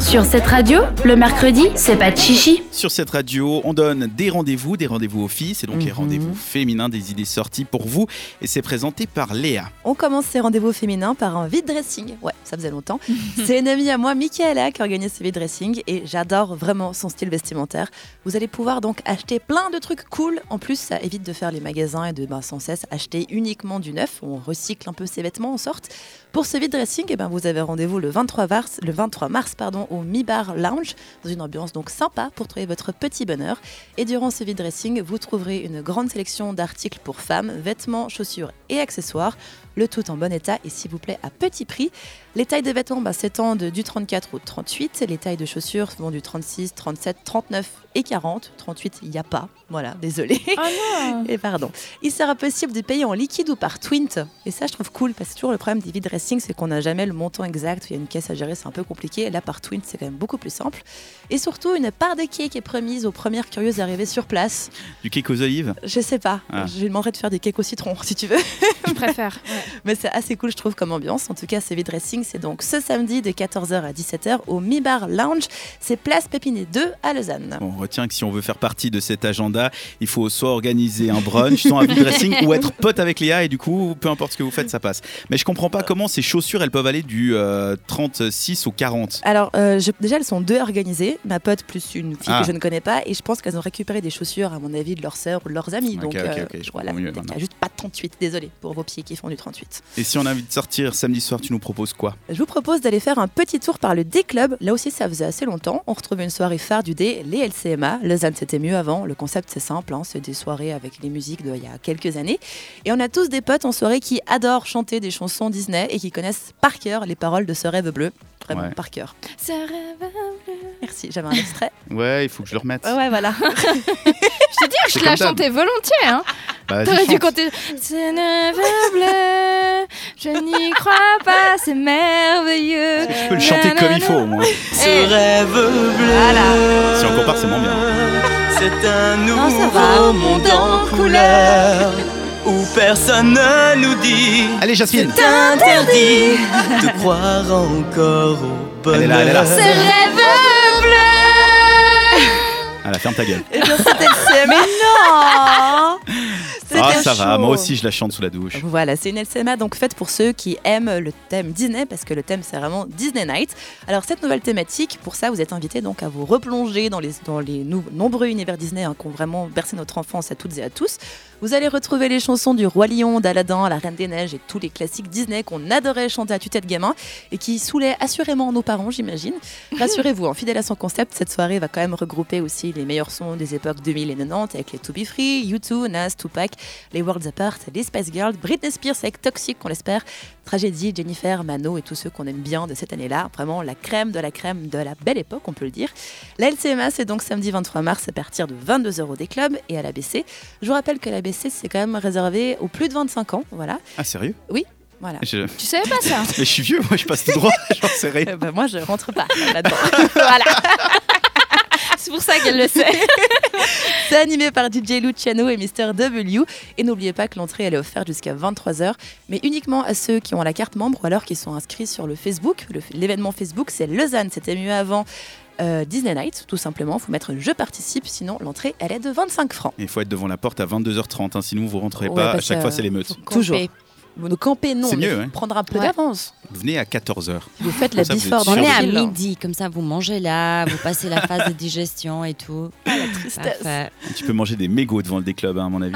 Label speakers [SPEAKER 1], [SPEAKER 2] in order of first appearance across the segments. [SPEAKER 1] Sur cette radio, le mercredi, c'est pas de chichi.
[SPEAKER 2] Sur cette radio, on donne des rendez-vous, des rendez-vous aux filles, c'est donc les
[SPEAKER 3] Mhm.
[SPEAKER 2] rendez-vous féminins, des idées sorties pour vous, et c'est présenté par Léa.
[SPEAKER 3] On commence ces rendez-vous féminins par un vide dressing. Ouais, ça faisait longtemps. C'est une amie à moi, Michaela, qui organise ce vide dressing et j'adore vraiment son style vestimentaire. Vous allez pouvoir donc acheter plein de trucs cool. En plus, ça évite de faire les magasins et de ben, sans cesse acheter uniquement du neuf. On recycle un peu ses vêtements en sorte. Pour ce vide dressing, eh ben, vous avez rendez-vous le 23 mars, le 23 mars pardon, au Mi Bar Lounge, dans une ambiance donc sympa pour trouver votre petit bonheur. Et durant ce vide dressing, vous trouverez une grande sélection d'articles pour femmes, vêtements, chaussures et accessoires le tout en bon état et s'il vous plaît à petit prix. Les tailles de vêtements bah, s'étendent du 34 au 38, les tailles de chaussures vont du 36, 37, 39 et 40. 38, il n'y a pas, voilà, désolé.
[SPEAKER 4] non
[SPEAKER 3] Et pardon. Il sera possible de payer en liquide ou par Twint. Et ça, je trouve cool, parce que c'est toujours le problème des vide dressing, c'est qu'on n'a jamais le montant exact. Il y a une caisse à gérer, c'est un peu compliqué. Là, par Twint, c'est quand même beaucoup plus simple. Et surtout, une part de cake est promise aux premières curieuses arrivées sur place.
[SPEAKER 2] Du cake aux olives
[SPEAKER 3] Je sais pas.
[SPEAKER 2] Ah.
[SPEAKER 3] Je lui demanderai de faire des cakes au citron, si tu veux.
[SPEAKER 4] Je préfère.
[SPEAKER 3] Mais c'est assez cool, je trouve, comme ambiance. En tout cas, ce V-Dressing, c'est donc ce samedi de 14h à 17h au Mi Bar Lounge. C'est place Pépinet 2 à Lausanne.
[SPEAKER 2] On retient que si on veut faire partie de cet agenda, il faut soit organiser un brunch, soit un vide dressing, ou être pote avec Léa, et du coup, peu importe ce que vous faites, ça passe. Mais je comprends pas comment ces chaussures, elles peuvent aller du euh, 36 au 40.
[SPEAKER 3] Alors, euh, je- déjà, elles sont deux organisées, ma pote plus une fille
[SPEAKER 2] Ah.
[SPEAKER 3] que je ne connais pas, et je pense qu'elles ont récupéré des chaussures, à mon avis, de leurs sœurs ou de leurs amis.
[SPEAKER 2] Ok,
[SPEAKER 3] donc,
[SPEAKER 2] ok,
[SPEAKER 3] euh,
[SPEAKER 2] ok, je
[SPEAKER 3] voilà,
[SPEAKER 2] comprends mieux
[SPEAKER 3] peut-être
[SPEAKER 2] maintenant.
[SPEAKER 3] qu'il y a juste pas de 38, désolé pour vos pieds qui font du 38.
[SPEAKER 2] Et si on a envie de sortir samedi soir, tu nous proposes quoi
[SPEAKER 3] Je vous propose d'aller faire un petit tour par le D-Club. Là aussi, ça faisait assez longtemps. On retrouvait une soirée phare du D, les LCMA. Lausanne, c'était mieux avant. Le concept, c'est simple. hein. C'est des soirées avec les musiques d'il y a quelques années. Et on a tous des potes en soirée qui adorent chanter des chansons Disney et qui connaissent par cœur les paroles de ce rêve bleu. Vraiment,
[SPEAKER 2] Ouais.
[SPEAKER 3] par cœur.
[SPEAKER 4] Ça rêve.
[SPEAKER 3] Merci, j'avais un extrait.
[SPEAKER 2] Ouais, il faut que je le remette.
[SPEAKER 3] ouais, ouais, voilà.
[SPEAKER 4] Je te dis,
[SPEAKER 2] C'est
[SPEAKER 4] je la
[SPEAKER 2] comme d'hab.
[SPEAKER 4] chantais volontiers. Hein.
[SPEAKER 2] Bah, vas-y,
[SPEAKER 4] T'aurais dû
[SPEAKER 2] chante.
[SPEAKER 4] compter. C'est rêve bleu. Je n'y crois pas, c'est merveilleux.
[SPEAKER 2] Tu peux le
[SPEAKER 4] Euh,
[SPEAKER 2] chanter comme il faut, au moins.
[SPEAKER 4] Eh,
[SPEAKER 5] rêve bleu.
[SPEAKER 2] Si on compare, c'est moins bien.
[SPEAKER 5] C'est un nouveau
[SPEAKER 4] ça va.
[SPEAKER 5] monde en couleur où personne ne nous dit
[SPEAKER 2] Allez, Jasmine
[SPEAKER 5] interdit de croire encore au bonheur.
[SPEAKER 2] Elle est là, elle est là.
[SPEAKER 4] ce rêve bleu.
[SPEAKER 2] Allez, Ah, ferme ta gueule.
[SPEAKER 3] Et Eh bien, c'était le CMA. Mais non
[SPEAKER 2] Ah, ça va, moi aussi, je la chante sous la douche.
[SPEAKER 3] Voilà, c'est une LCMA donc faite pour ceux qui aiment le thème Disney parce que le thème c'est vraiment Disney Night. Alors cette nouvelle thématique, pour ça vous êtes invités donc à vous replonger dans les, dans les nou- nombreux univers Disney hein, qui ont vraiment bercé notre enfance à toutes et à tous. Vous allez retrouver les chansons du Roi Lion, d'Aladin, La Reine des Neiges et tous les classiques Disney qu'on adorait chanter à tue-tête gamin et qui saoulaient assurément nos parents j'imagine. Rassurez-vous, en fidèle à son concept, cette soirée va quand même regrouper aussi les meilleurs sons des époques 2000 et 90 avec les To Be Free, U2, Nas, Tupac, les Worlds Apart, les Spice Girls, Britney Spears avec Toxic, on l'espère, Tragédie, Jennifer, Mano et tous ceux qu'on aime bien de cette année-là. Vraiment la crème de la crème de la belle époque, on peut le dire. La LCMA, c'est donc samedi 23 mars à partir de 22 euros des clubs et à l'ABC. Je vous rappelle que l'ABC, c'est quand même réservé aux plus de 25 ans. Voilà.
[SPEAKER 2] Ah, sérieux
[SPEAKER 3] voilà.
[SPEAKER 2] je...
[SPEAKER 4] Tu savais pas ça
[SPEAKER 2] Mais je suis vieux, moi, je passe tout droit, j'en sais rien.
[SPEAKER 3] Euh, bah, moi, je rentre pas là-dedans.
[SPEAKER 4] Voilà. C'est pour ça qu'elle le sait.
[SPEAKER 3] C'est animé par DJ Luciano et Mister W. Et n'oubliez pas que l'entrée elle est offerte jusqu'à 23h, mais uniquement à ceux qui ont la carte membre ou alors qui sont inscrits sur le Facebook. Le- L'événement Facebook, c'est Lausanne, c'était mieux avant. euh, Disney Night, tout simplement, faut mettre Je participe, sinon l'entrée elle est de 25 francs.
[SPEAKER 2] Il faut être devant la porte à 22h30, hein, sinon vous rentrez
[SPEAKER 3] Ouais,
[SPEAKER 2] pas. À
[SPEAKER 3] parce
[SPEAKER 2] chaque
[SPEAKER 3] que-
[SPEAKER 2] fois, c'est l'émeute.
[SPEAKER 3] Toujours. Bon, camper, non,
[SPEAKER 2] C'est
[SPEAKER 3] mais
[SPEAKER 2] mieux,
[SPEAKER 3] faut
[SPEAKER 2] hein.
[SPEAKER 3] prendre un peu
[SPEAKER 6] Ouais.
[SPEAKER 3] d'avance.
[SPEAKER 2] Venez à 14h.
[SPEAKER 3] Vous faites la
[SPEAKER 2] Ça, vous
[SPEAKER 3] before
[SPEAKER 2] êtes
[SPEAKER 3] dans
[SPEAKER 6] On
[SPEAKER 2] sûr
[SPEAKER 3] le
[SPEAKER 6] est à
[SPEAKER 2] Surprise,
[SPEAKER 3] film.
[SPEAKER 6] midi, comme ça vous mangez là, vous passez la phase de digestion et tout.
[SPEAKER 3] Ah, Tristesse.
[SPEAKER 6] Parfait.
[SPEAKER 2] Tu peux manger des mégots devant le déclub, hein, à mon avis.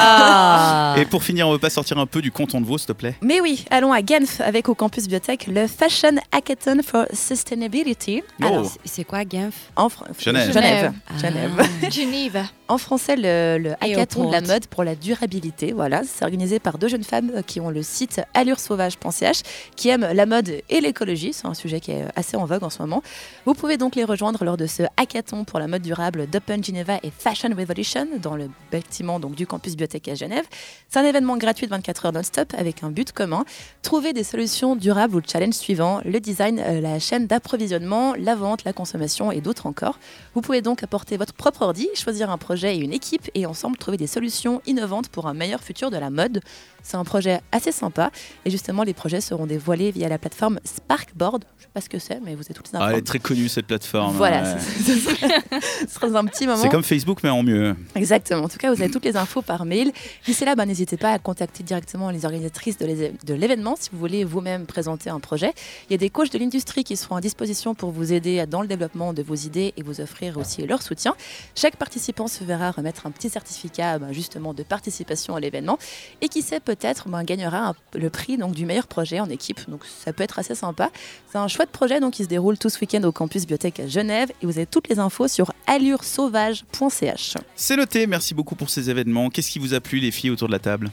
[SPEAKER 6] Ah.
[SPEAKER 2] Et pour finir, on veut pas sortir un peu du canton de veau, s'il te plaît
[SPEAKER 3] Mais oui, allons à Genf avec au campus biotech le Fashion Hackathon for Sustainability.
[SPEAKER 2] Oh,
[SPEAKER 6] C'est- C'est quoi Genf
[SPEAKER 3] En Fran-
[SPEAKER 2] Genève.
[SPEAKER 3] Genève.
[SPEAKER 6] Ah.
[SPEAKER 3] Genève.
[SPEAKER 4] Genève.
[SPEAKER 3] En français, le, le
[SPEAKER 6] Et
[SPEAKER 3] hackathon
[SPEAKER 6] au
[SPEAKER 3] de la
[SPEAKER 6] compte.
[SPEAKER 3] mode pour la durabilité. Voilà, c'est organisé par deux jeunes femmes euh, qui ont le site alluresauvage.ch, qui aiment la mode et l'écologie. C'est un sujet qui est euh, assez en vogue en ce moment. Vous pouvez donc les rejoindre lors de ce hackathon pour la mode durable d'Open Geneva et Fashion Revolution dans le bâtiment donc, du campus bibliothèque à Genève. C'est un événement gratuit de 24 heures non-stop avec un but commun trouver des solutions durables au challenge suivant le design, euh, la chaîne d'approvisionnement, la vente, la consommation et d'autres encore. Vous pouvez donc apporter votre propre ordi, choisir un projet et une équipe et ensemble trouver des solutions innovantes pour un meilleur futur de la mode. C'est un projet projet assez sympa. Et justement, les projets seront dévoilés via la plateforme Sparkboard. Je sais pas ce que c'est, mais vous êtes toutes
[SPEAKER 2] Ah, elle
[SPEAKER 3] informés.
[SPEAKER 2] est très connue cette plateforme. hein,
[SPEAKER 3] voilà,
[SPEAKER 2] Ouais.
[SPEAKER 3] ce sera- ce sera dans un petit moment.
[SPEAKER 2] C'est comme Facebook mais en mieux.
[SPEAKER 3] Exactement. En tout cas, vous avez toutes les infos par mail. D'ici là, ben, n'hésitez pas à contacter directement les organisatrices de l'é- de l'événement si vous voulez vous-même présenter un projet. Il y a des coachs de l'industrie qui seront à disposition pour vous aider à- dans le développement de vos idées et vous offrir aussi leur soutien. Chaque participant se verra remettre un petit certificat ben, justement de participation à l'événement et qui sait peut-être ben, gagnera un- le prix donc, du meilleur projet en équipe. Donc ça peut être assez sympa. C'est un chouette projet donc, qui se déroule tout ce week-end au campus Biotech à Genève et vous avez toutes les infos sur alluresauvage.ch.
[SPEAKER 2] C'est noté, merci beaucoup pour ces événements. Qu'est-ce qui vous a plu les filles autour de la table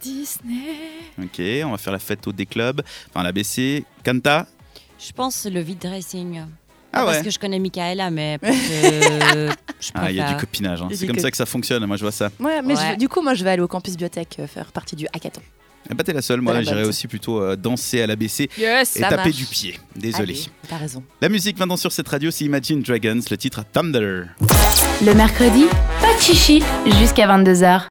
[SPEAKER 4] Disney.
[SPEAKER 2] Ok, on va faire la fête au D-Club, enfin l'ABC. Kanta
[SPEAKER 6] Je pense le vide dressing. Pas
[SPEAKER 2] Ah
[SPEAKER 6] Parce
[SPEAKER 2] ouais
[SPEAKER 6] que je connais Michaela, mais parce que je
[SPEAKER 2] Ah, il y a du
[SPEAKER 6] préfère.
[SPEAKER 2] copinage, hein.
[SPEAKER 3] Du
[SPEAKER 2] c'est comme
[SPEAKER 3] cop-
[SPEAKER 2] ça que ça fonctionne, moi je vois ça.
[SPEAKER 3] Ouais, mais je-
[SPEAKER 6] Ouais.
[SPEAKER 3] du coup, moi, je vais aller au campus biotech euh, faire partie du hackathon.
[SPEAKER 2] Eh ben, t'es la seule, moi
[SPEAKER 3] Voilà,
[SPEAKER 2] j'irais
[SPEAKER 3] bah,
[SPEAKER 2] aussi plutôt euh, danser à l'ABC
[SPEAKER 4] Yes,
[SPEAKER 2] et
[SPEAKER 3] Ça
[SPEAKER 2] taper
[SPEAKER 3] marche.
[SPEAKER 2] du pied. Désolé.
[SPEAKER 3] Allez, T'as raison.
[SPEAKER 2] La musique maintenant sur cette radio, c'est Imagine Dragons, le titre Thunder.
[SPEAKER 1] Le mercredi, pas de chichi jusqu'à 22h.